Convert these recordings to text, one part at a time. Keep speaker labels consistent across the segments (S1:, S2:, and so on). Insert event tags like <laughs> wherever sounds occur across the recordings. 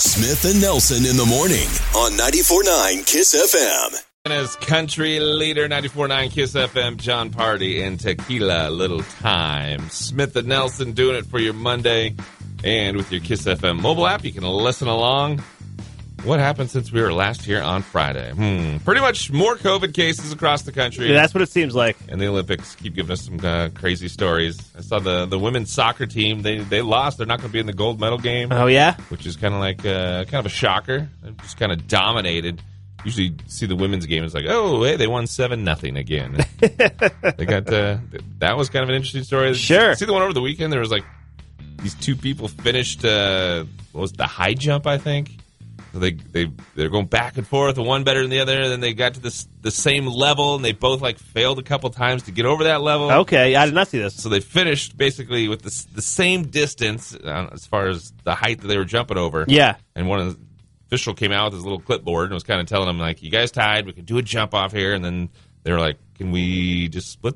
S1: Smith and Nelson in the morning on 94.9 Kiss FM.
S2: And as country leader 94.9 Kiss FM, John Party and Tequila Little Time. Smith and Nelson doing it for your Monday. And with your Kiss FM mobile app, you can listen along. What happened since we were last here on Friday? Hmm. Pretty much more COVID cases across the country.
S3: Yeah, that's what it seems like.
S2: and the Olympics keep giving us some uh, crazy stories. I saw the, the women's soccer team. They they lost. They're not going to be in the gold medal game,
S3: Oh yeah,
S2: which is kind of like uh, kind of a shocker. They're just kind of dominated. Usually you see the women's game. It's like, oh, hey, they won seven nothing again.
S3: <laughs>
S2: they got uh, that was kind of an interesting story.
S3: Sure.
S2: See the one over the weekend. There was like these two people finished. Uh, what was it, the high jump? I think. So they they they're going back and forth, one better than the other. And then they got to this the same level, and they both like failed a couple times to get over that level.
S3: okay. I did not see this.
S2: So they finished basically with the, s- the same distance uh, as far as the height that they were jumping over.
S3: Yeah,
S2: And one of the official came out with his little clipboard and was kind of telling them like, "You guys tied. We can do a jump off here." And then they were like, "Can we just split?"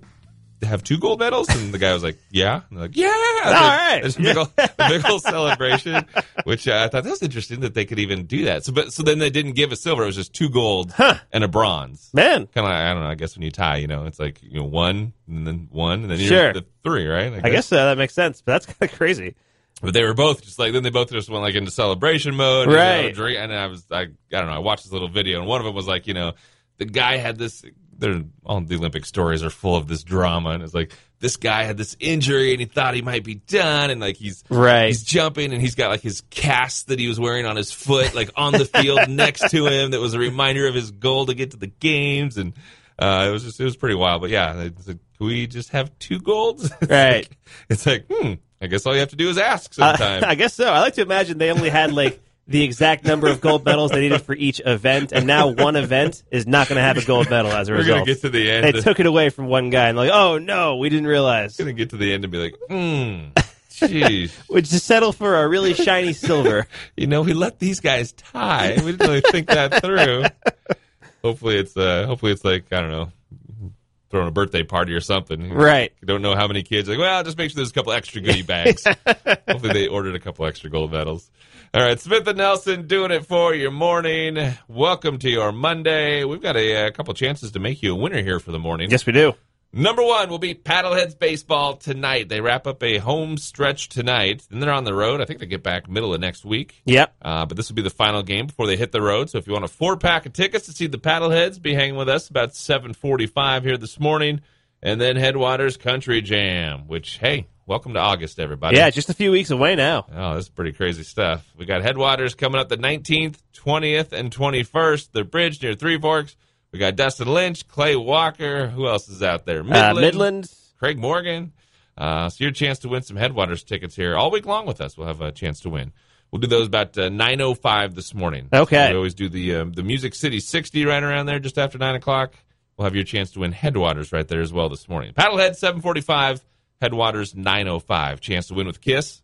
S2: Have two gold medals, and the guy was like, "Yeah," and they're like, "Yeah." All
S3: right.
S2: there's a big ol- a
S3: <laughs>
S2: big old celebration, which uh, I thought that was interesting that they could even do that. So, but so then they didn't give a silver; it was just two gold and a bronze
S3: man.
S2: kind of like, I don't know. I guess when you tie, you know, it's like you know one and then one and then you're
S3: Sure.
S2: the three, right?
S3: I guess so. That makes sense. But that's <laughs> kind of crazy.
S2: But they were both just like then they both just went like into celebration mode, and, you know,
S3: Right.
S2: drink- and I was I I don't know. I watched this little video and one of them was like you know the guy had this. They're all the Olympic stories are full of this drama and it's like this guy had this injury and he thought he might be done and like he's
S3: Right.
S2: he's jumping and he's got like his cast that he was wearing on his foot like on the
S3: <laughs>
S2: field next to him that was a reminder of his goal to get to the games and uh, it was just it was pretty wild but yeah it's like, can we just have two golds <laughs> It's
S3: Right.
S2: like- it's like hmm i guess all you have to do is ask
S3: Uh, <laughs>
S2: sometimes
S3: I guess so. I like to imagine they only had like the exact number of gold medals they needed for each event, and now one event is not going to have a gold medal as a
S2: we're gonna
S3: result.
S2: get to the end
S3: They
S2: and-
S3: took it away from one guy, and like, oh no, we didn't realize.
S2: gonna get to the end and be like hmm
S3: <laughs>
S2: Jeez,
S3: We just settle for a
S2: <laughs>
S3: really shiny silver.
S2: you know, we let these guys tie. We didn't really think that through. Hopefully, it's uh, hopefully it's like I don't know, throwing a birthday party or something.
S3: right.
S2: You don't know how many kids. Like, well, just make sure there's a couple extra goodie bags. Hopefully, they ordered a couple extra gold medals. All right, Smith and Nelson doing it for your morning. Welcome to your Monday. We've got a, uh couple chances to make you a winner here for the morning.
S3: Yes, we do.
S2: Number one will be Paddleheads baseball tonight. They wrap up a home stretch tonight, and they're on the road. I think they get back middle of next week.
S3: Yep.
S2: Uh, but this will be the final game before they hit the road. So if you want a four pack of tickets to see the Paddleheads, be hanging with us about 7:45 here this morning, and then Headwaters Country Jam. Which hey, welcome to August, everybody.
S3: Yeah, just a few weeks away now.
S2: Oh, this is pretty crazy stuff. We got Headwaters coming up the 19th, 20th, and 21st. The bridge near Three Forks. We got Dustin Lynch, Clay Walker. Who else is out there?
S3: Midland. Uh, Midland.
S2: Craig Morgan. Uh, so your chance to win some Headwaters tickets here all week long with us. We'll have a chance to win. We'll do those about uh, nine oh five this morning.
S3: Okay.
S2: We always do the um, the Music City sixty right around there, just after nine o'clock. We'll have your chance to win Headwaters right there as well this morning. Paddlehead seven forty five, Headwaters nine oh five. Chance to win with Kiss.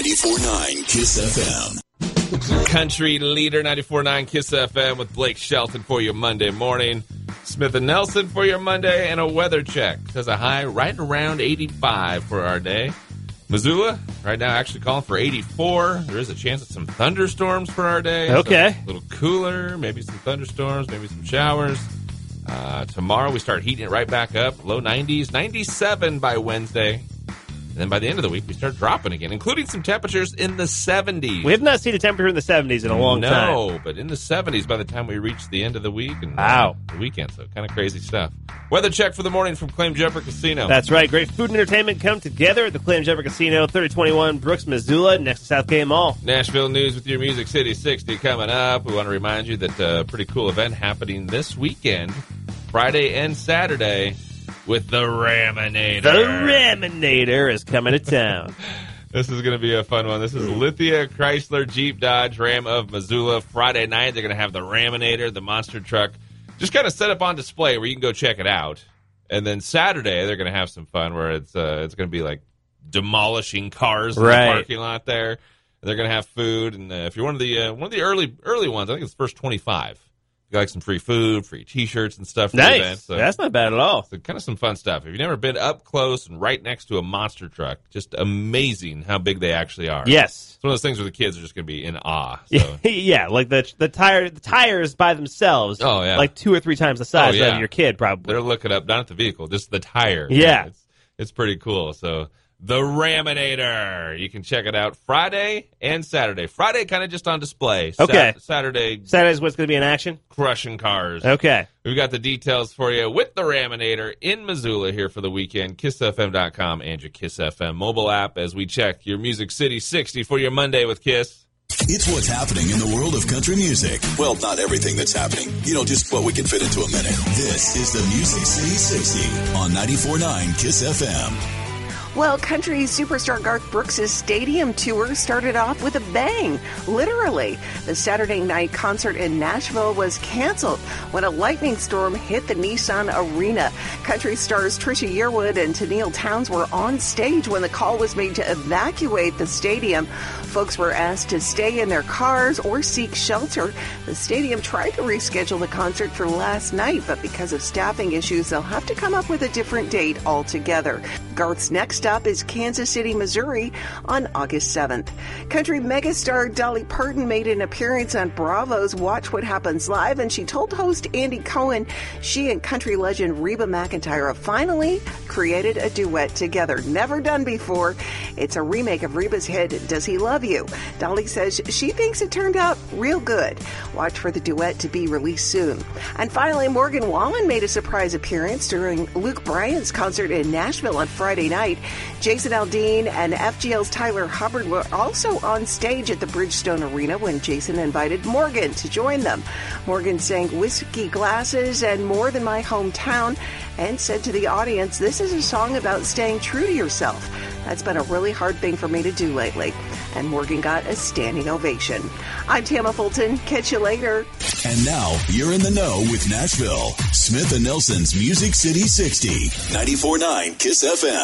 S1: 94.9 Kiss FM.
S2: Country Leader 94.9 Kiss FM with Blake Shelton for your Monday morning. Smith and Nelson for your Monday and a weather check. Says a high right around 85 for our day. Missoula right now actually calling for 84. There is a chance of some thunderstorms for our day. So
S3: Okay.
S2: a little cooler, maybe some thunderstorms, maybe some showers. Uh, tomorrow we start heating it right back up. Low 90s, 97 by Wednesday. And then by the end of the week, we start dropping again, including some temperatures in the 70s.
S3: We have not seen a temperature in the 70s in a long
S2: no,
S3: time.
S2: but in the 70s by the time we reach the end of the week and uh,
S3: Wow.
S2: the weekend, so kind of crazy stuff. Weather check for the morning from Claim Jumper Casino.
S3: That's right. Great food and entertainment come together at the Clam Jumper Casino, 3021 Brooks, Missoula, next to South K Mall.
S2: Nashville news with your Music City 60 coming up. We want to remind you that a pretty cool event happening this weekend, Friday and Saturday, with the Raminator.
S3: The Raminator is coming to
S2: <laughs>
S3: town.
S2: This is going to be a fun one. This is Lithia Chrysler Jeep Dodge Ram of Missoula. Friday night, they're going to have the Raminator, the monster truck, just kind of set up on display where you can go check it out. And then Saturday, they're going to have some fun where it's uh, it's going to be like demolishing cars in
S3: Right.
S2: the parking lot there. They're going to have food, and uh, if you're one of the uh, one of the early early ones, I think it's the first 25. You like some free food, free T-shirts and stuff. For The event,
S3: Nice.
S2: so-
S3: That's not bad at all.
S2: so kind of some fun stuff. If you've never been up close and right next to a monster truck, just amazing how big they actually are.
S3: Yes.
S2: It's one of those things where the kids are just going to be in
S3: <laughs>
S2: awe. So.
S3: yeah, like the the tire the tires by themselves.
S2: Oh, yeah.
S3: like two or three times the size
S2: Oh, yeah.
S3: of your kid probably.
S2: They're looking up, not at the vehicle, just the tire.
S3: Yeah.
S2: It's, it's pretty cool. So, the Raminator. You can check it out Friday and Saturday. Friday, kind of just on display. Sat-
S3: Okay.
S2: Saturday,
S3: Saturday's what's going to be in action.
S2: crushing cars.
S3: Okay.
S2: We've got the details for you with the Raminator in Missoula here for the weekend. KissFM.com and your Kiss FM mobile app as we check your Music City 60 for your Monday with Kiss.
S1: It's what's happening in the world of country music. Well, not everything that's happening. You know, just what we can fit into a minute. This is the Music City 60 on 94.9 Kiss FM.
S4: Well, country superstar Garth Brooks' stadium tour started off with a bang, literally. The Saturday night concert in Nashville was canceled when a lightning storm hit the Nissan Arena. Country stars Trisha Yearwood and Tennille Towns were on stage when the call was made to evacuate the stadium. Folks were asked to stay in their cars or seek shelter. The stadium tried to reschedule the concert for last night, but because of staffing issues, they'll have to come up with a different date altogether. Garth's next stop is Kansas City, Missouri on August 7th. Country megastar Dolly Parton made an appearance on Bravo's Watch What Happens Live, and she told host Andy Cohen she and country legend Reba McIntyre have finally created a duet together. Never done before. It's a remake of Reba's hit Does He Love You? Dolly says she thinks it turned out real good. Watch for the duet to be released soon. And finally, Morgan Wallen made a surprise appearance during Luke Bryan's concert in Nashville on Friday night. Jason Aldean and FGL's Tyler Hubbard were also on stage at the Bridgestone Arena when Jason invited Morgan to join them. Morgan sang Whiskey Glasses and More Than My Hometown and said to the audience, This is a song about staying true to yourself. That's been a really hard thing for me to do lately. And Morgan got a standing ovation. I'm Tammy Fulton. Catch you later.
S1: And now you're in the know with Nashville. Smith and Nelson's Music City 60, 94.9 Kiss FM.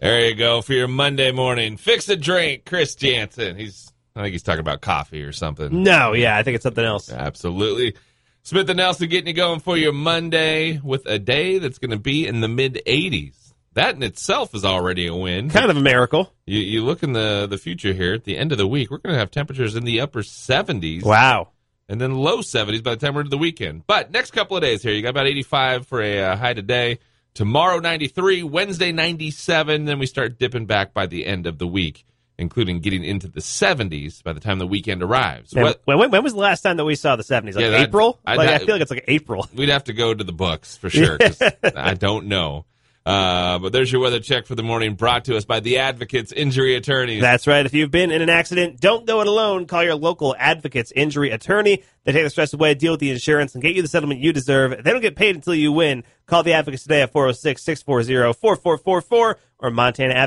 S2: There you go for your Monday morning. Fix a drink, Chris Jansen. He's I think he's talking about coffee or something.
S3: No, yeah, I think it's something else.
S2: Absolutely. Smith and Nelson getting you going for your Monday with a day that's going to be in the mid 80s. That in itself is already a win.
S3: Kind of a miracle.
S2: You, you look in the, the future here at the end of the week, we're going to have temperatures in the upper 70s
S3: Wow.
S2: and then low 70s by the time we're into the weekend. But next couple of days here, you got about 85 for a uh, high today. Tomorrow 93, Wednesday 97, then we start dipping back by the end of the week, including getting into the 70s by the time the weekend arrives.
S3: Man,
S2: What-
S3: when, when- when was the last time that we saw the 70s? Like
S2: Yeah, that-
S3: April?
S2: I-
S3: like, I
S2: that-
S3: feel like it's like April.
S2: We'd have to go to the books for sure. 'cause I don't know. Uh, but there's your weather check for the morning, brought to us by the Advocates Injury Attorneys.
S3: That's right. If you've been in an accident, don't go it alone. Call your local advocate's injury attorney. They take the stress away, deal with the insurance, and get you the settlement you deserve. They don't get paid until you win. Call the advocates today at 406 640 4444 or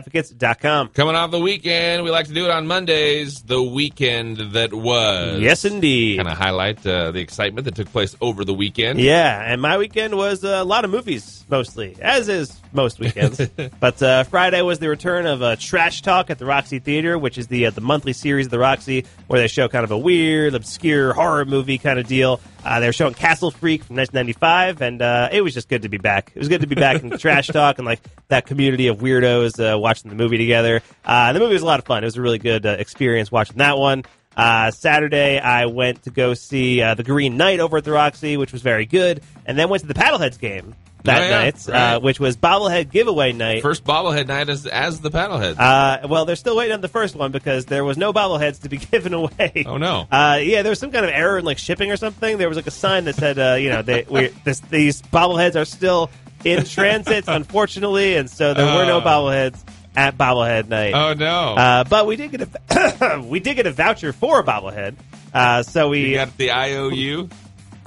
S3: MontanaAdvocates.com.
S2: Coming off the weekend, we like to do it on Mondays, the weekend that was.
S3: Yes, indeed.
S2: Kind of highlight uh, the excitement that took place over the weekend.
S3: Yeah, and my weekend was uh, a lot of movies mostly, as is most weekends. but uh, Friday was the return of uh, Trash Talk at the Roxy Theater, which is the uh, the monthly series of the Roxy where they show kind of a weird, obscure horror movie kind of deal. Uh, they were showing Castle Freak from 1995, and uh, it was just good to be back. It was good to be back in the Trash Talk and like that community of weirdos uh, watching the movie together. Uh, and the movie was a lot of fun. It was a really good uh, experience watching that one. Uh, Saturday, I went to go see uh, the Green Knight over at the Roxy, which was very good, and then went to the Paddleheads game that
S2: Oh, yeah,
S3: night,
S2: right.
S3: uh, which was bobblehead giveaway night.
S2: First bobblehead night as, as the paddlehead.
S3: uh, well, they're still waiting on the first one because there was no bobbleheads to be <laughs> given away.
S2: oh, no.
S3: Uh, yeah, there was some kind of error in like shipping or something. There was like a sign that said, uh, you know, they, we, this, these bobbleheads are still
S2: <laughs>
S3: in transit, unfortunately, and so there were no
S2: Oh.
S3: bobbleheads at bobblehead night.
S2: oh, no.
S3: Uh, but we did get a <coughs> we did get a voucher for a bobblehead. Uh, so we
S2: you got the IOU.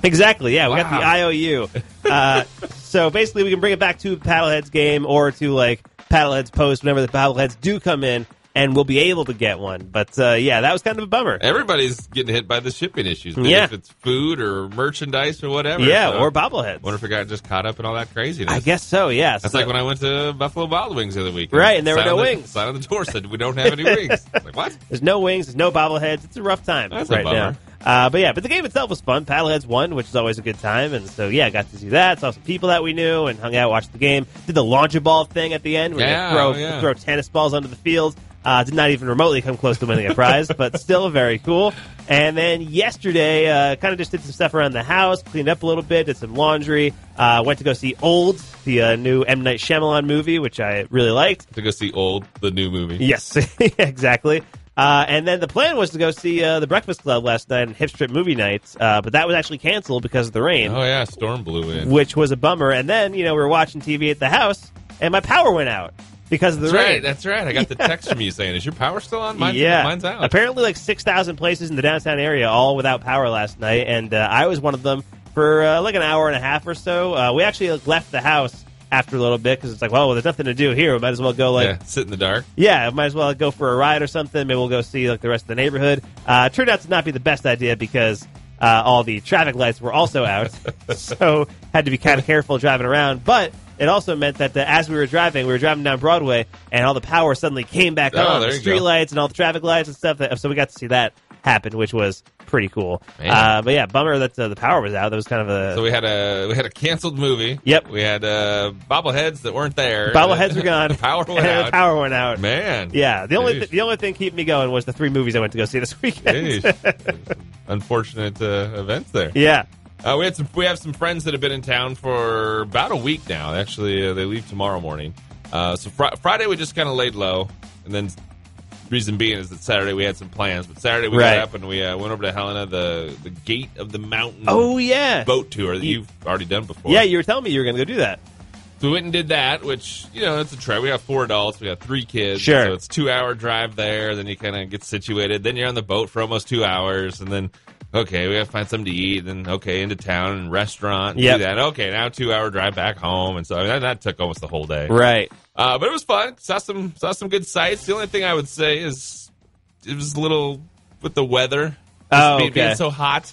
S3: exactly yeah we got the
S2: Wow.
S3: IOU. Uh, so basically, we can bring it back to Paddlehead's game or to like Paddlehead's post whenever the Paddleheads do come in, and we'll be able to get one. But uh, yeah, that was kind of a bummer.
S2: Everybody's getting hit by the shipping issues.
S3: Yeah.
S2: If it's food or merchandise or whatever.
S3: Yeah,
S2: So,
S3: or bobbleheads.
S2: wonder if it got just caught up in all that craziness.
S3: I guess so. Yeah,
S2: That's
S3: So-
S2: like when I went to Buffalo Wild Wings the other week.
S3: Right, and there were
S2: Sign on
S3: no
S2: the-
S3: wings. <laughs>
S2: Sign on the door said we don't have any wings. I was like what?
S3: There's no wings. There's no bobbleheads. It's a rough time
S2: That's a
S3: right
S2: bummer.
S3: now. Uh, but yeah, but the game itself was fun. Paddleheads won, which is always a good time. And so yeah, I got to do that. Saw some people that we knew and hung out, watched the game. Did the launch a ball thing at the end where
S2: Yeah,
S3: you throw,
S2: oh, yeah.
S3: throw tennis balls onto the field. Uh, did not even remotely come close to winning a prize,
S2: <laughs>
S3: but still very cool. And then yesterday, uh, kind of just did some stuff around the house, cleaned up a little bit, did some laundry. Uh, went to go see Old, the uh, new M Night Shyamalan movie, which I really liked.
S2: to go see old the new movie.
S3: Yes, <laughs> exactly. Uh, and then the plan was to go see uh, the Breakfast Club last night and Hip Strip movie night, uh, but that was actually canceled because of the rain,
S2: Oh yeah, storm blew in.
S3: which was a bummer. And then you know we were watching TV at the house, and my power went out because of the
S2: That's
S3: rain.
S2: right. That's right. I got the text from you saying, "Is your power still on?" Mine's,
S3: yeah,
S2: mine's out.
S3: Apparently, like six thousand places in the downtown area all without power last night, and uh, I was one of them for uh, like an hour and a half or so. Uh, we actually like, left the house after a little bit because it's like, well, there's nothing to do here. We might as well go like
S2: yeah, sit in the dark.
S3: yeah, I might as well go for a ride or something. Maybe we'll go see like the rest of the neighborhood. Uh, it turned out to not be the best idea because uh, all the traffic lights were
S2: <laughs>
S3: also out, so had to be kind of careful driving around. But it also meant that the, as we were driving, we were driving down Broadway, and all the power suddenly came back
S2: Oh,
S3: on.
S2: there
S3: The
S2: you go.
S3: street lights and all the traffic lights and stuff. That, so we got to see that happen, which was pretty cool.
S2: Man.
S3: Uh, but yeah, bummer that uh, the power was out. That was kind of a
S2: So we had a we had a canceled movie.
S3: Yep.
S2: We had uh, bobbleheads that weren't there.
S3: bobbleheads were
S2: <laughs>
S3: gone.
S2: the
S3: <laughs>
S2: power went
S3: and the
S2: out.
S3: power went out.
S2: Man.
S3: Yeah, the only
S2: Jeez.
S3: th- the only thing keeping me going was the three movies I went to go see this <laughs> weekend.
S2: Jeez. Unfortunate uh, events there.
S3: Yeah.
S2: Uh, we had some. We have some friends that have been in town for about a week now. Actually, uh, they leave tomorrow morning. Uh, so fr- Friday we just kind of laid low, and then reason being is that Saturday we had some plans. But Saturday we
S3: Right.
S2: got up and we uh, went over to Helena, the the Gate of the Mountain
S3: Oh yeah.
S2: boat tour that
S3: Ye-
S2: you've already done before.
S3: Yeah, you were telling me you were going to go do that.
S2: So we went and did that, which you know it's a trip. We got four adults, we got three kids,
S3: Sure.
S2: So it's two hour drive there. Then you kind of get situated. Then you're on the boat for almost two hours, and then okay, we got to find something to eat. Then okay, into town and restaurant. And
S3: Yep.
S2: do that. Okay, now two hour drive back home, and so I mean, that, that took almost the whole day.
S3: Right.
S2: Uh, but it was fun. Saw some saw some good sights. The only thing I would say is it was a little with the weather.
S3: Oh,
S2: Be- being
S3: okay.
S2: so hot.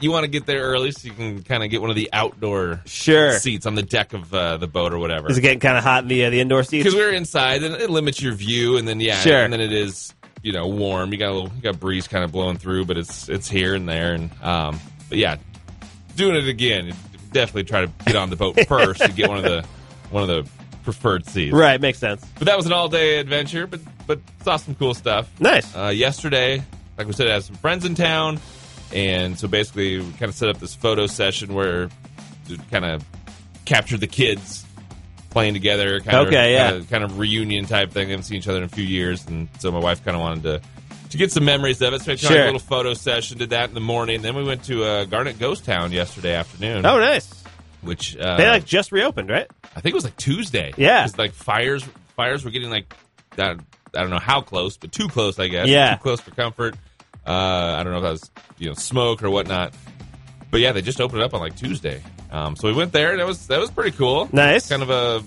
S2: You want to get there early so you can kind of get one of the outdoor
S3: Sure.
S2: seats on the deck of uh, the boat or whatever.
S3: Is it getting kind of hot in the uh, the indoor seats?
S2: Because we're inside, and it limits your view, and then yeah,
S3: Sure.
S2: and then it is you know warm. You got a little, you got breeze kind of blowing through, but it's it's here and there, and um, but yeah, doing it again. Definitely try to get on the
S3: <laughs>
S2: boat first and get one of the one of the preferred seats.
S3: Right, makes sense.
S2: But that was an all day adventure, but but saw some cool stuff.
S3: Nice.
S2: Uh, yesterday, like we said, I had some friends in town, and so basically we kind of set up this photo session where we kind of captured the kids playing together. Kind of,
S3: Okay, yeah.
S2: kind of, kind of reunion type thing. They haven't seen each other in a few years, and so my wife kind of wanted to. To get some memories of it, so we had kind of
S3: Sure.
S2: a little photo session. Did that in the morning. Then we went to uh, Garnet Ghost Town yesterday afternoon,
S3: Oh, nice.
S2: which uh,
S3: They like just reopened, right?
S2: I think it was like Tuesday.
S3: Yeah.
S2: 'Cause, like fires, fires were getting like that. I don't know how close, but too close, I guess.
S3: Yeah.
S2: too close for comfort. Uh, I don't know if that was you know smoke or whatnot. But yeah, they just opened it up on like Tuesday. Um, so we went there, and that was that was pretty cool.
S3: Nice.
S2: Kind of a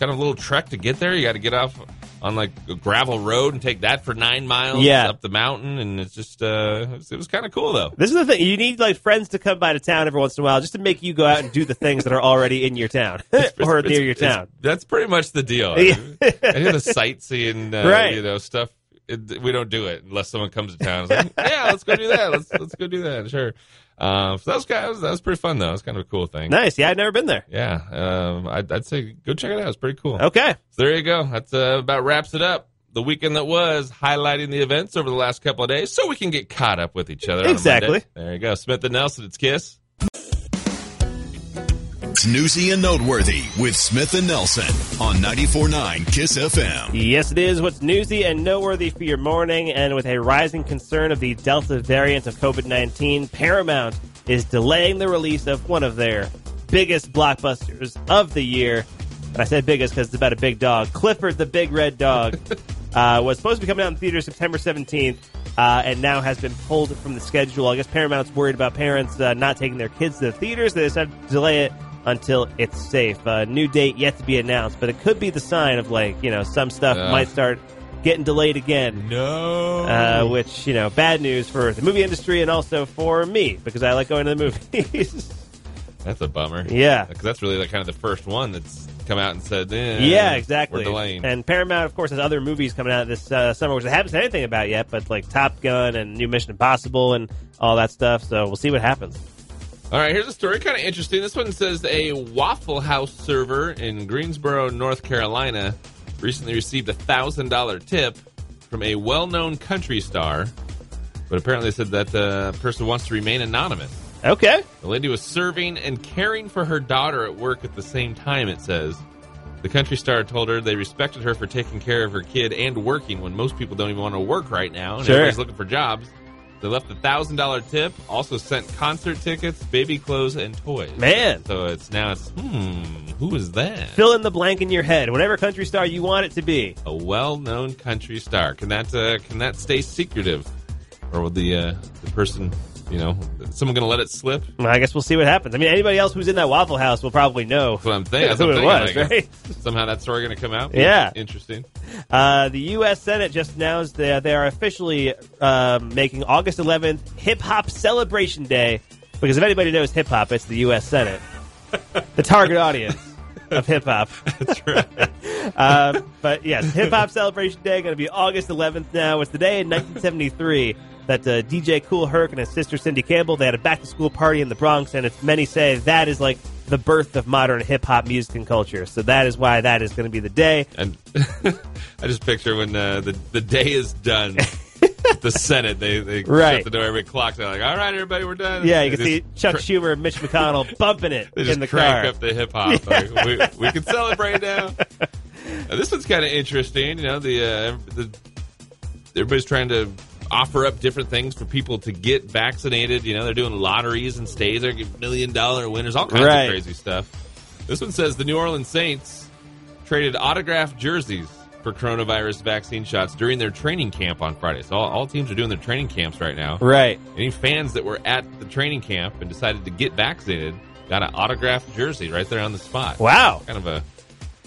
S2: kind of a little trek to get there. You got to get off on like a gravel road and take that for nine miles
S3: Yeah.
S2: up the mountain, and it's just uh, it was, it was kind of cool though.
S3: This is the thing. You need like friends to come by to town every once in a while just to make you go out and do the things that are already in your town <laughs> or
S2: It's-
S3: near your
S2: it's- it's-
S3: town.
S2: That's pretty much the deal. I,
S3: <laughs> Yeah.
S2: hear the sightseeing, uh,
S3: Right.
S2: you know, stuff. It, we don't do it unless someone comes to town. It's like, <laughs> yeah, let's go do that. Let's let's go do that. Sure. Um, so that was kind of, that was pretty fun though. It was kind of a cool thing.
S3: Nice. Yeah, I've never been there.
S2: Yeah, um, I'd, I'd say go check it out. It's pretty cool.
S3: Okay.
S2: So there you go. That's uh, about wraps it up. The weekend that was highlighting the events over the last couple of days, so we can get caught up with each other. on a
S3: Exactly.
S2: Monday. There you go, Smith and Nelson. It's Kiss.
S1: It's Newsy and Noteworthy with Smith and Nelson on 94.9 Kiss FM.
S3: Yes, it is. What's newsy and noteworthy for your morning? And with a rising concern of the Delta variant of COVID 19, Paramount is delaying the release of one of their biggest blockbusters of the year. And I said biggest because it's about a big dog. Clifford the Big Red Dog uh, was supposed to be coming out in theaters September 17th uh, and now has been pulled from the schedule. I guess Paramount's worried about parents uh, not taking their kids to the theaters. They decided to delay it until it's safe. Uh, new date yet to be announced, but it could be the sign of like you know some stuff
S2: Yeah.
S3: might start getting delayed again.
S2: No.
S3: Uh, which you know, bad news for the movie industry and also for me because I like going to the movies. <laughs>
S2: That's a bummer.
S3: Yeah.
S2: because that's really like kind of the first one that's come out and said, eh,
S3: Yeah, exactly.
S2: We're delaying.
S3: And Paramount, of course, has other movies coming out this uh, summer, which I haven't said anything about yet, but like Top Gun and New Mission Impossible and all that stuff. So we'll see what happens.
S2: All right, here's a story kind of interesting. This one says a Waffle House server in Greensboro, North Carolina, recently received a thousand dollar tip from a well known country star, but apparently said that the person wants to remain anonymous.
S3: Okay.
S2: The lady was serving and caring for her daughter at work at the same time, it says. The country star told her they respected her for taking care of her kid and working when most people don't even want to work right now and
S3: Sure.
S2: everybody's looking for jobs. They left a thousand dollar tip, also sent concert tickets, baby clothes, and toys.
S3: Man.
S2: So it's now it's hmm, who is that?
S3: Fill in the blank in your head, whatever country star you want it to be.
S2: a well known country star. Can that uh, can that stay secretive? Or will the uh, the person you know someone gonna let it slip?
S3: Well, I guess we'll see what happens. I mean, anybody else who's in that Waffle House will probably know.
S2: That's what I'm
S3: <laughs>
S2: thinking. That's
S3: Who
S2: what I'm
S3: it was,
S2: thinking. Like,
S3: right?
S2: Somehow that story going to come out.
S3: Yeah.
S2: interesting.
S3: Uh, the U.S. Senate just announced that they are officially uh, making August 11th Hip Hop Celebration Day because if anybody knows hip hop, it's the U.S. Senate, the target audience of hip hop.
S2: That's right.
S3: Uh,
S2: <laughs>
S3: but yes, Hip Hop Celebration Day going to be August 11th. Now it's the day in 1973 that uh, DJ Cool Herc and his sister Cindy Campbell they had a back to school party in the Bronx, and it's, many say that is like the birth of modern hip hop music and culture. So that is why that is going to be the day.
S2: and <laughs> I just picture when uh, the the day is
S3: <laughs>
S2: done. The Senate, they, they
S3: Right.
S2: shut the door every clock. They're like, "All right, everybody, we're done."
S3: Yeah, you can
S2: They
S3: see
S2: just
S3: Chuck
S2: cr-
S3: Schumer and Mitch
S2: <laughs>
S3: McConnell bumping it
S2: They just
S3: in the
S2: crank
S3: car.
S2: up the hip hop. Like, we, we can celebrate now. Now, this one's kind of interesting. You know, the, uh, the everybody's trying to offer up different things for people to get vaccinated. You know, they're doing lotteries and stays. They're getting million dollar winners, all kinds
S3: Right.
S2: of crazy stuff. This one says the New Orleans Saints traded autographed jerseys for coronavirus vaccine shots during their training camp on Friday. So all, all teams are doing their training camps right now.
S3: Right.
S2: Any fans that were at the training camp and decided to get vaccinated got an autographed jersey right there on the spot.
S3: Wow.
S2: Kind of a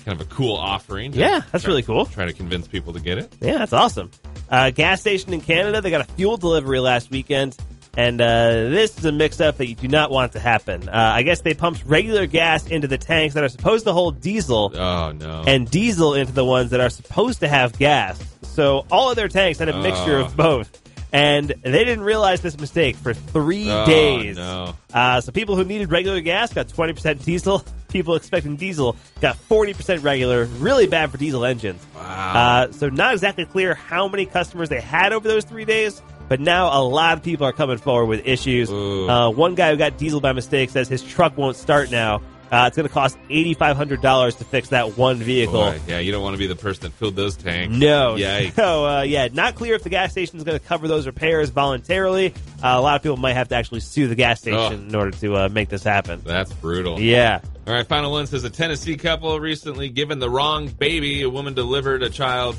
S2: kind of a cool offering. to
S3: Yeah, that's
S2: try-
S3: really cool.
S2: Try to convince people to get it.
S3: Yeah, that's awesome. Uh, gas station in Canada, they got a fuel delivery last weekend, and uh, this is a mix-up that you do not want to happen. Uh, I guess they pumped regular gas into the tanks that are supposed to hold diesel,
S2: Oh no.
S3: and diesel into the ones that are supposed to have gas. So all of their tanks had a mixture
S2: Oh.
S3: of both. And they didn't realize this mistake for three
S2: Oh,
S3: days.
S2: no.
S3: Uh, so people who needed regular gas got 20% diesel. <laughs> People expecting diesel got 40% regular. Really bad for diesel engines.
S2: Wow.
S3: Uh, so not exactly clear how many customers they had over those three days. But now a lot of people are coming forward with issues.
S2: Ooh.
S3: Uh, one guy who got diesel by mistake says his truck won't start now. Uh, it's going to cost eighty five hundred dollars to fix that one vehicle.
S2: Boy, yeah, you don't want to be the person that filled those tanks.
S3: No.
S2: Oh, Yikes.
S3: <laughs> So, uh, yeah, not clear if the gas station is going to cover those repairs voluntarily. Uh, a lot of people might have to actually sue the gas station
S2: Ugh.
S3: in order to uh, make this happen.
S2: That's brutal.
S3: Yeah.
S2: All right, final one says a Tennessee couple recently given the wrong baby. A woman delivered a child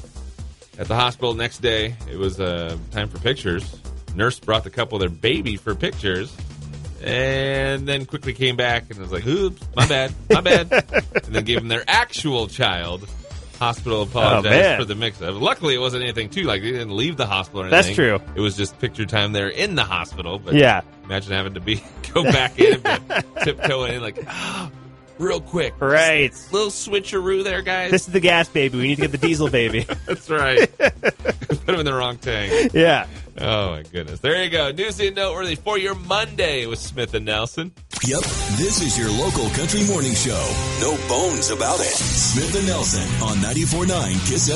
S2: at the hospital next day. It was uh, time for pictures. Nurse brought the couple their baby for pictures and then quickly came back and was like, oops, my bad, my
S3: <laughs>
S2: bad. and then gave them their actual child. Hospital apologized
S3: Oh, man.
S2: for the mix up. Luckily, it wasn't anything too. Like, they didn't leave the hospital or
S3: That's
S2: anything.
S3: true.
S2: It was just picture time there in the hospital. But
S3: Yeah.
S2: Imagine having to be <laughs> go back in,
S3: <laughs>
S2: but tiptoeing in like "Ah, real quick,
S3: Right.
S2: little switcheroo there, guys.
S3: This is the gas baby. We need to get the diesel baby. <laughs>
S2: That's right. <laughs> Put him in the wrong tank.
S3: yeah.
S2: Oh my goodness. There you go. Newsy and noteworthy for your Monday with Smith and Nelson.
S1: Yep, this is your local country morning show. No bones about it. Smith and Nelson on 94.9 Kiss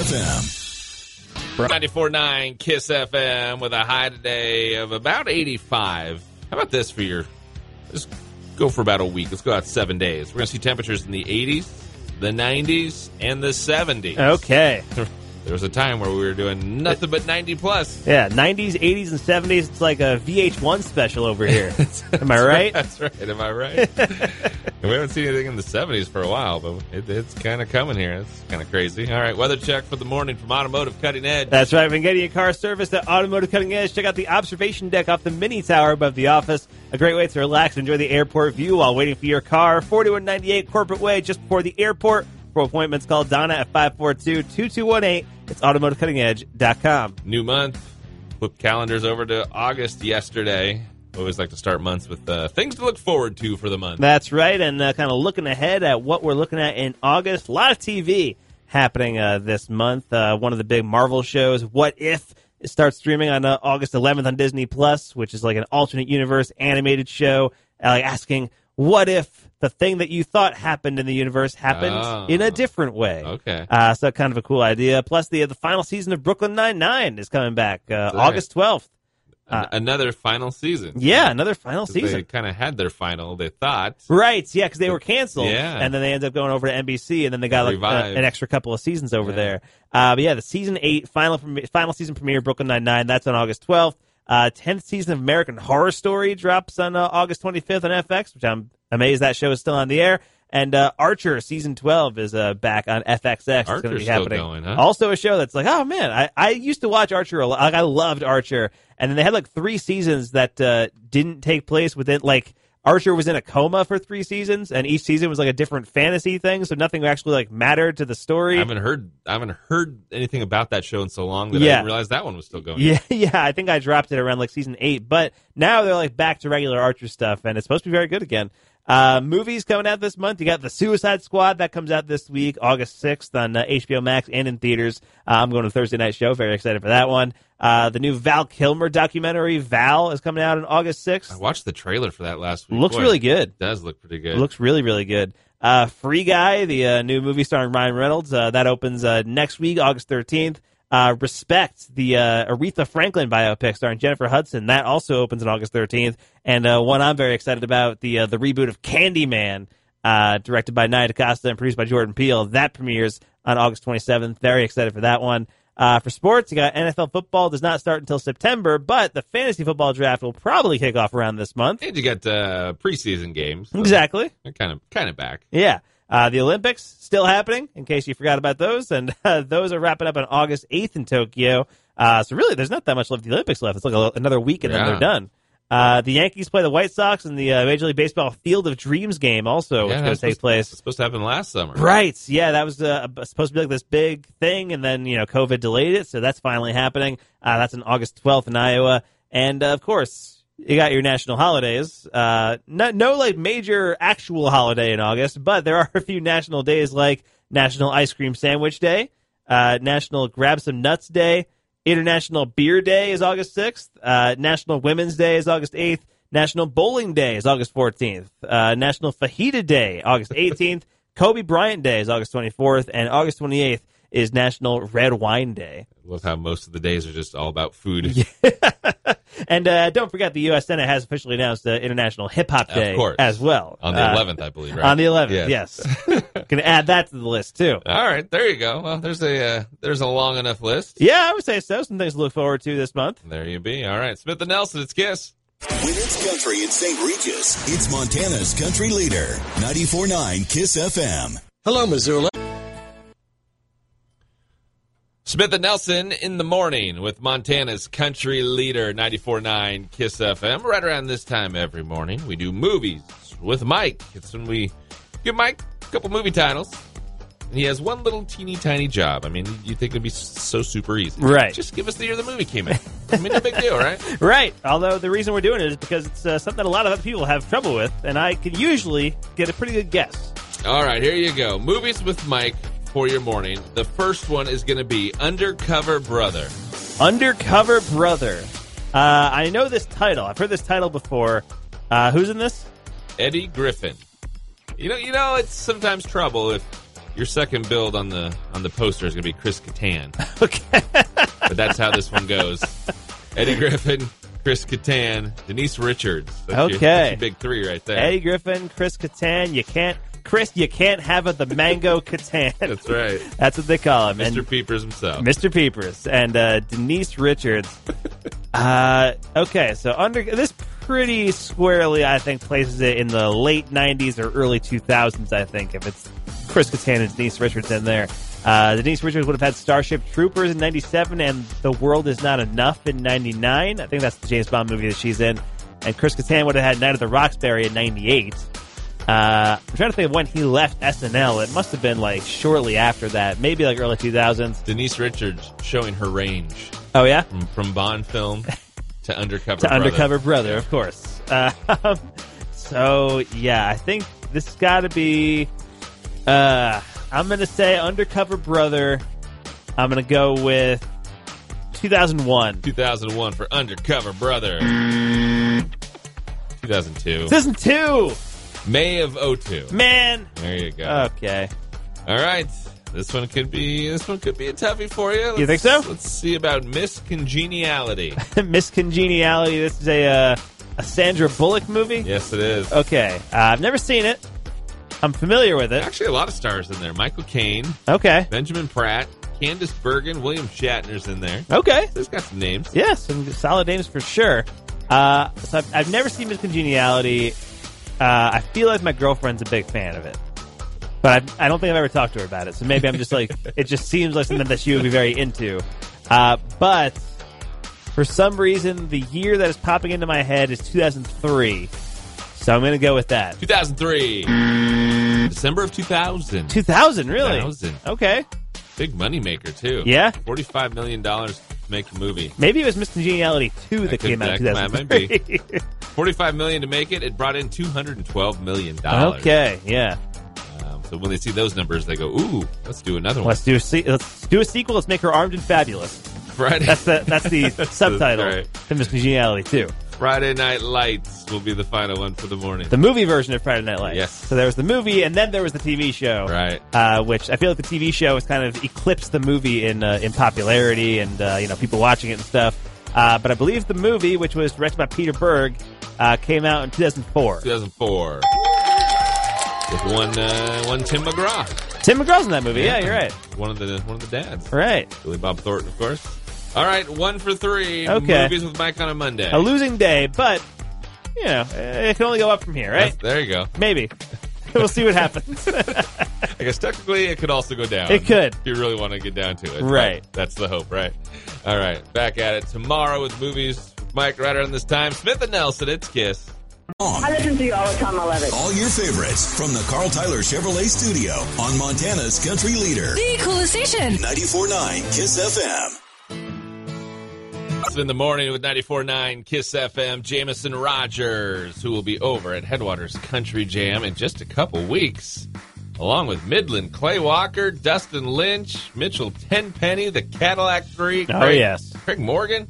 S1: FM.
S2: 94.9 Kiss FM with a high today of about 85. How about this for your? Just go for about a week. Let's go out seven days. We're gonna see temperatures in the 80s, the 90s, and the 70s.
S3: Okay.
S2: <laughs> There was a time where we were doing nothing but 90 plus.
S3: Yeah. 90s, 80s, and 70s. It's like a VH1 special over here. Am I
S2: <laughs>
S3: right?
S2: That's right. Am I
S3: <laughs>
S2: right? and we haven't seen anything in the 70s for a while, but it, it's kind of coming here. It's kind of crazy. All right, weather check for the morning from Automotive Cutting Edge.
S3: <laughs> That's right. When getting your car serviced at Automotive Cutting Edge, check out the observation deck off the mini tower above the office. A great way to relax and enjoy the airport view while waiting for your car. 4198 Corporate Way, just before the airport. For appointments, call Donna at 542-2218. It's automotivecuttingedge.com.
S2: New month. Flip calendars over to August yesterday. We always like to start months with uh, things to look forward to for the month.
S3: That's right. And uh, kind of looking ahead at what we're looking at in August, a lot of TV happening uh, this month. Uh, one of the big Marvel shows, What If, it starts streaming on uh, August 11th on Disney Plus, which is like an alternate universe animated show, uh, like asking, what if the thing that you thought happened in the universe happened
S2: Ah.
S3: in a different way?
S2: Okay.
S3: Uh, so kind of a cool idea. Plus, the the final season of Brooklyn Nine Nine is coming back uh,
S2: right.
S3: August 12th.
S2: An- Another final season.
S3: Yeah, another final
S2: They
S3: season.
S2: kind of had their final, they thought.
S3: Right, yeah, because they were canceled,
S2: Yeah.
S3: and then they ended up going over to NBC, and then they got like
S2: Revived.
S3: a- an extra couple of seasons over
S2: Yeah.
S3: there. Uh, but yeah, the season eight final premi- final season premiere of Brooklyn Nine Nine that's on August twelfth. Uh, tenth season of American Horror Story drops on uh, August twenty fifth on FX, which I'm amazed that show is still on the air. And uh, Archer season twelve is uh, back on FXX. It's gonna
S2: Archer's
S3: be
S2: still
S3: happening.
S2: going, huh?
S3: Also, a show that's like, oh man, I, I used to watch Archer a lot. Like, I loved Archer, and then they had like three seasons that uh, didn't take place within like Archer was in a coma for three seasons, and each season was like a different fantasy thing, so nothing actually like mattered to the
S2: I
S3: story.
S2: haven't heard I haven't heard anything about that show in so long that I
S3: Yeah.
S2: didn't realize that one was still going.
S3: yeah, yeah, <laughs> I think I dropped it around like season eight, but now they're like back to regular Archer stuff, and it's supposed to be very good again. Uh, movies coming out this month. You got The Suicide Squad that comes out this week, August 6th on uh, HBO Max and in theaters. Uh, I'm going to Thursday night show. Very excited for that one. Uh, the new Val Kilmer documentary, Val, is coming out on August 6th.
S2: I watched the trailer for that last week.
S3: Looks
S2: Boy,
S3: really good.
S2: It does look pretty good.
S3: Looks really, really good. Uh, Free Guy, the uh, new movie starring Ryan Reynolds, uh, that opens uh, next week, August 13th. Uh, Respect, the uh, Aretha Franklin biopic starring Jennifer Hudson, that also opens on August 13th. And uh, one I'm very excited about, the uh, the reboot of Candyman, uh, directed by Nia DaCosta and produced by Jordan Peele, that premieres on August 27th. Very excited for that one. Uh, for sports, you got NFL football does not start until September, but the fantasy football draft will probably kick off around this month.
S2: and you got uh, preseason games. so
S3: Exactly.
S2: They're kind of kind of back.
S3: Yeah. Uh, the Olympics still happening, in case you forgot about those. And <laughs> uh, those are wrapping up on August 8th in Tokyo. Uh, so, really, there's not that much left of the Olympics left. It's like a, another week and
S2: Yeah.
S3: then they're done. Uh, the Yankees play the White Sox in the uh, Major League Baseball Field of Dreams game,
S2: Yeah,
S3: also, which is
S2: that
S3: going
S2: was
S3: to take
S2: supposed- It's
S3: place.
S2: supposed to happen last summer.
S3: Right. Yeah, that was uh, supposed to be like this big thing. And then, you know, COVID delayed it. So, that's finally happening. Uh, that's on August 12th in Iowa. And, uh, of course, you got your national holidays. Uh, no, no, like major actual holiday in August, but there are <laughs> a few national days like National Ice Cream Sandwich Day, uh, National Grab Some Nuts Day, International Beer Day is August 6th, uh, National Women's Day is August 8th, National Bowling Day is August 14th, uh, National Fajita Day,
S2: <laughs>
S3: August 18th, Kobe Bryant Day is August 24th, and August 28th is National Red Wine Day.
S2: I love how most of the days are just all about
S3: <laughs>
S2: food.
S3: and uh, don't forget, the U.S. Senate has officially announced uh, International Hip Hop
S2: Of
S3: Day
S2: course.
S3: as well.
S2: On the
S3: Uh,
S2: 11th, I believe, right?
S3: On the 11th,
S2: Yeah.
S3: yes. <laughs> Can add that to the
S2: <laughs>
S3: list, too.
S2: All right, there you go. Well, there's a uh, there's a long enough list.
S3: Yeah, I would say so. Some things to look forward to this month.
S2: There you be. All right, Smith and Nelson, it's Kiss.
S1: When it's country in St. Regis, it's Montana's country leader. 94.9 Kiss FM.
S5: Hello, Missoula.
S2: Smith and Nelson in the morning with Montana's country leader 94.9 Kiss FM. Right around this time every morning, we do movies with Mike. It's when we give Mike a couple movie titles. And he has one little teeny tiny job. I mean, you think it'd be so super easy.
S3: Right.
S2: Just give us the year the movie came out. I mean, no big deal, right?
S3: Right. Although the reason we're doing it is because it's uh, something that a lot of other people have trouble with, and I can usually get a pretty good guess.
S2: All right, here you go. Movies with Mike for your morning. The first one is going to be Undercover Brother.
S3: Undercover Brother. Uh, I know this title. I've heard this title before. Uh, who's in this? <laughs>
S2: Eddie Griffin. You know, you know, it's sometimes trouble if your second build on the on the poster is going to be Chris Kattan.
S3: Okay.
S2: But that's how this one goes.
S3: <laughs>
S2: Eddie Griffin, Chris Kattan, Denise Richards. That's Your, that's
S3: Okay.
S2: your big three right there.
S3: Eddie Griffin, Chris Kattan. You can't, Chris. You can't have a, the Mango Kattan.
S2: That's
S3: <laughs>
S2: right,
S3: That's what they call him.
S2: Mr.
S3: And
S2: Peepers himself.
S3: Mr. Peepers and uh, Denise Richards. uh, okay, so under this pretty squarely, I think places it in the late '90s or early 2000s. I think if it's Chris Kattan and Denise Richards in there, uh, Denise Richards would have had Starship Troopers in '97 and The World Is Not Enough in '99. I think that's the James Bond movie that she's in, and Chris Kattan would have had Night of the Roxbury in '98. Uh, I'm trying to think of when he left SNL. It must have been like shortly after that, maybe like early 2000s.
S2: Denise Richards showing her range
S3: Oh yeah, <laughs>
S2: from, from Bond film to undercover.
S3: to
S2: Brother.
S3: undercover brother, of course. Uh, <laughs> so yeah, I think this has got to be. Uh, I'm gonna say undercover brother. I'm gonna go with 2001.
S2: 2001 for Undercover Brother. 2002.
S3: Season two,
S2: May of 02.
S3: man.
S2: There you go.
S3: Okay, <laughs>
S2: All right. This one could be this one could be a toughie for you.
S3: You
S2: Let's-
S3: think so?
S2: Let's see about Miss
S3: <laughs>
S2: Congeniality.
S3: Miss Congeniality. This is a uh, a Sandra Bullock movie.
S2: yes, it is.
S3: Okay, uh, I've never seen it. I'm familiar with it.
S2: Actually, a lot of stars in there. Michael Caine,
S3: Okay,
S2: Benjamin Pratt, Candace Bergen, William Shatner's in there.
S3: okay.
S2: So it's got some names.
S3: Yeah, some solid names for sure. Uh, so I've, I've never seen Miss Congeniality. Uh, I feel like my girlfriend's a big fan of it, but I've, I don't think I've ever talked to her about it. So maybe I'm
S2: <laughs>
S3: just like, it just seems like something that she would be very into. Uh, but for some reason, the year that is popping into my head is 2003. So I'm going to go with that.
S2: 2003. December of 2000.
S3: 2000, really?
S2: 2000.
S3: Okay.
S2: Big moneymaker, too.
S3: Yeah.
S2: $45 million to make a movie.
S3: Maybe it was Miss Congeniality 2 that,
S2: That could-
S3: came out in
S2: that might
S3: 2003.
S2: 45 million to make it. It brought in 212 million dollars.
S3: okay, yeah.
S2: Um, so when they see those numbers, they go, "Ooh, let's do another one."
S3: Let's do a se- let's do a sequel. Let's make her armed and fabulous.
S2: Friday, <laughs>
S3: That's the that's the subtitle
S2: right.
S3: to Miss Congeniality too.
S2: Friday Night Lights will be the final one for the morning.
S3: The movie version of Friday Night Lights.
S2: Yes.
S3: So there was the movie, and then there was the TV show.
S2: Right.
S3: Uh, which I feel like the TV show has kind of eclipsed the movie in uh, in popularity and uh, you know people watching it and stuff. Uh, but I believe the movie, which was directed by Peter Berg, uh, came out in 2004.
S2: 2004 with one uh, one Tim McGraw.
S3: Tim McGraw's in that movie. Yeah, you're right.
S2: One of the one of the dads,
S3: Right.
S2: Billy Bob Thornton, of course. All right, one for three.
S3: Okay.
S2: Movies with Mike on a Monday.
S3: A losing day, but you know it can only go up from here, right?
S2: That's- There you go.
S3: Maybe. <laughs> we'll see
S2: <laughs>
S3: what happens.
S2: I guess technically it could also go down.
S3: It could.
S2: If you really want to get down to it.
S3: Right.
S2: But That's the hope, right? All right. Back at it tomorrow with movies. with Mike right around this time. Smith and Nelson, it's Kiss.
S1: On
S5: I listen to you all the time. I love it.
S1: all your favorites from the Carl Tyler Chevrolet Studio on Montana's country leader.
S6: The coolest station.
S1: 94.9 Kiss FM.
S2: It's in the morning with 94.9 Kiss FM. Jamison Rogers, who will be over at Headwaters Country Jam in just a couple weeks, along with Midland Clay Walker, Dustin Lynch, Mitchell Tenpenny, the Cadillac Three.
S3: Oh,
S2: Craig-
S3: yes.
S2: Craig Morgan.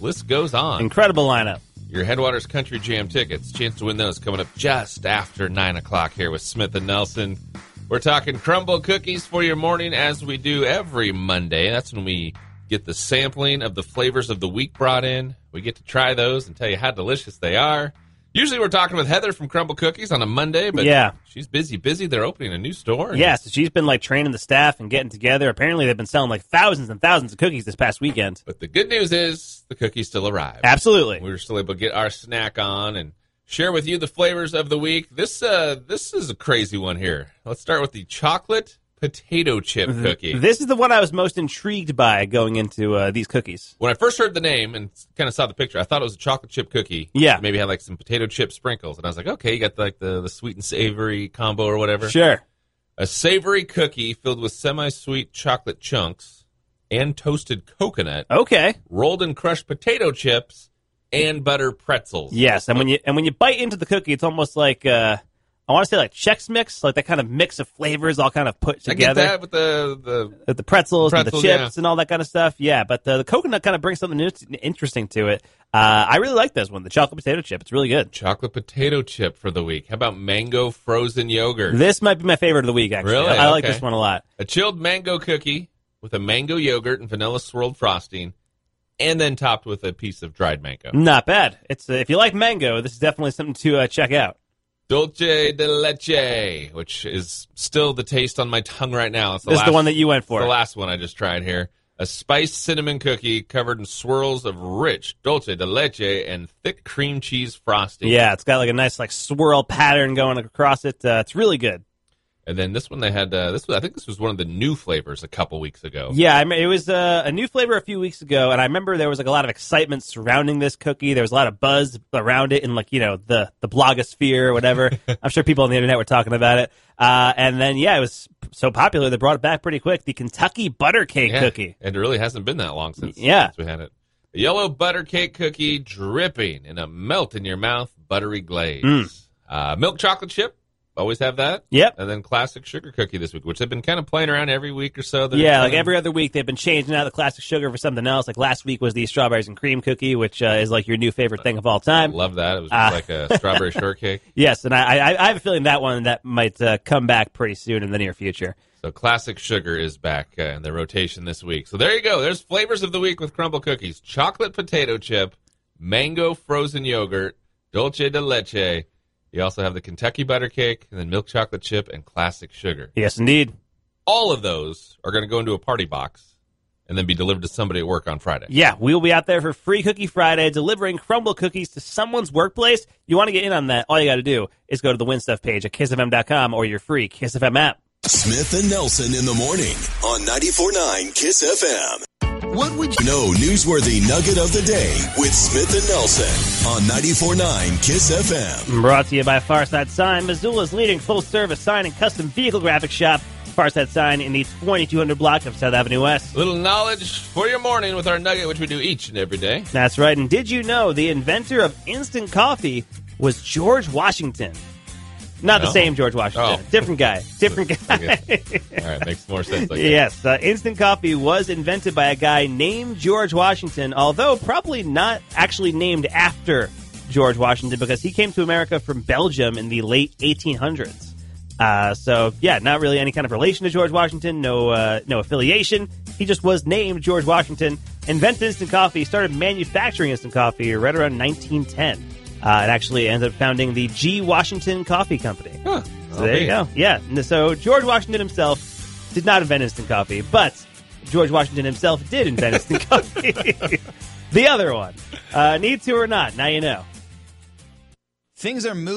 S2: List goes on.
S3: Incredible lineup.
S2: Your Headwaters Country Jam tickets. Chance to win those coming up just after 9 o'clock here with Smith and Nelson. We're talking crumble cookies for your morning as we do every Monday. That's when we get the sampling of the flavors of the week brought in. We get to try those and tell you how delicious they are. Usually we're talking with Heather from Crumble Cookies on a Monday, but
S3: Yeah.
S2: she's busy, busy. They're opening a new store. and
S3: Yeah, so she's been like training the staff and getting together. Apparently, they've been selling like thousands and thousands of cookies this past weekend.
S2: But the good news is the cookies still arrive.
S3: Absolutely.
S2: We were still able to get our snack on and share with you the flavors of the week. This uh this is a crazy one here. Let's start with the chocolate potato chip cookie.
S3: This is the one I was most intrigued by going into uh, these cookies.
S2: when I first heard the name and kind of saw the picture, I thought it was a chocolate chip cookie.
S3: Yeah.
S2: Maybe had like some potato chip sprinkles. And I was like, okay, you got like the, the sweet and savory combo or whatever.
S3: Sure.
S2: A savory cookie filled with semi sweet chocolate chunks and toasted coconut,
S3: Okay.
S2: rolled in crushed potato chips, and butter pretzels.
S3: Yes, and when you and when you bite into the cookie, it's almost like uh, I want to say like Chex Mix, like that kind of mix of flavors all kind of put
S2: I get
S3: together.
S2: that with the, the
S3: the pretzels,
S2: Pretzels,
S3: and the chips
S2: yeah.
S3: and all that kind of stuff. Yeah, but uh, the coconut kind of brings something in- interesting to it. Uh, I really like this one, the chocolate potato chip. It's really good.
S2: chocolate potato chip for the week. How about mango frozen yogurt?
S3: This might be my favorite of the week. Actually,
S2: Really?
S3: I, I like
S2: Okay.
S3: this one a lot.
S2: a chilled mango cookie with a mango yogurt and vanilla swirled frosting, and then topped with a piece of dried mango.
S3: Not bad. It's uh, if you like mango, this is definitely something to uh, check out.
S2: Dolce de leche, which is still the taste on my tongue right now. It's the
S3: this
S2: last,
S3: is the one that you went for.
S2: the last one I just tried here. A spiced cinnamon cookie covered in swirls of rich dulce de leche and thick cream cheese frosting.
S3: yeah, it's got like a nice like swirl pattern going across it. Uh, it's really good.
S2: And then this one they had. Uh, this was, I think this was one of the new flavors a couple weeks ago.
S3: Yeah, I mean, it was uh, a new flavor a few weeks ago, and I remember there was like a lot of excitement surrounding this cookie. There was a lot of buzz around it, in like you know the the blogosphere
S2: <laughs>
S3: or whatever. I'm sure people on the internet were talking about it. Uh, and then yeah, it was so popular they brought it back pretty quick. The Kentucky butter cake
S2: Yeah,
S3: cookie.
S2: And it really hasn't been that long since,
S3: Yeah.
S2: since we had it. A yellow butter cake cookie dripping in a melt in your mouth buttery glaze. Uh, milk chocolate chip. Always have that.
S3: Mm. Yep.
S2: And then classic sugar cookie this week, which they've been kind of playing around every week or so. They're
S3: Yeah, like
S2: kinda-
S3: every other week they've been changing out the classic sugar for something else. Like last week was the strawberries and cream cookie, which uh, is like your new favorite thing of all time.
S2: Love that. It was
S3: Ah.
S2: just like a
S3: <laughs>
S2: strawberry shortcake.
S3: Yes, and I, I, I have a feeling that one that might uh, come back pretty soon in the near future.
S2: So classic sugar is back uh, in the rotation this week. So there you go. There's flavors of the week with crumble cookies: chocolate potato chip, mango frozen yogurt, dulce de leche. You also have the Kentucky butter cake, and then milk chocolate chip and classic sugar.
S3: Yes, indeed.
S2: All of those are going to go into a party box and then be delivered to somebody at work on Friday.
S3: Yeah, we will be out there for Free Cookie Friday, delivering crumble cookies to someone's workplace. You want to get in on that? All you got to do is go to the Win Stuff page at kissfm.com or your free Kiss FM app.
S1: Smith and Nelson in the morning on 94.9 Kiss FM. What would you know? Newsworthy nugget of the day with Smith and Nelson on 94.9 Kiss FM.
S3: Brought to you by Farside Sign, Missoula's leading full service sign and custom vehicle graphic shop. Farside Sign in the 2200 block of South Avenue West.
S2: Little knowledge for your morning with our nugget, which we do each and every day.
S3: That's right. And did you know the inventor of instant coffee was George Washington? Not the
S2: No.
S3: same George Washington.
S2: Oh.
S3: Different guy.
S2: <laughs>
S3: Different guy.
S2: Okay. All right, makes more sense.
S3: <laughs>
S2: Like that.
S3: Yes, uh, instant coffee was invented by a guy named George Washington, although probably not actually named after George Washington because he came to America from Belgium in the late 1800s. Uh, so yeah, not really any kind of relation to George Washington. No, uh, no affiliation. He just was named George Washington. Invented instant coffee. Started manufacturing instant coffee right around 1910. Uh, it actually ended up founding the G. Washington Coffee Company.
S2: Huh.
S3: So there you go. Yeah. n- So George Washington himself did not invent instant coffee, but George Washington himself did invent instant <laughs> coffee. the other one. Uh, need to or not, now you know.
S6: Things are moving.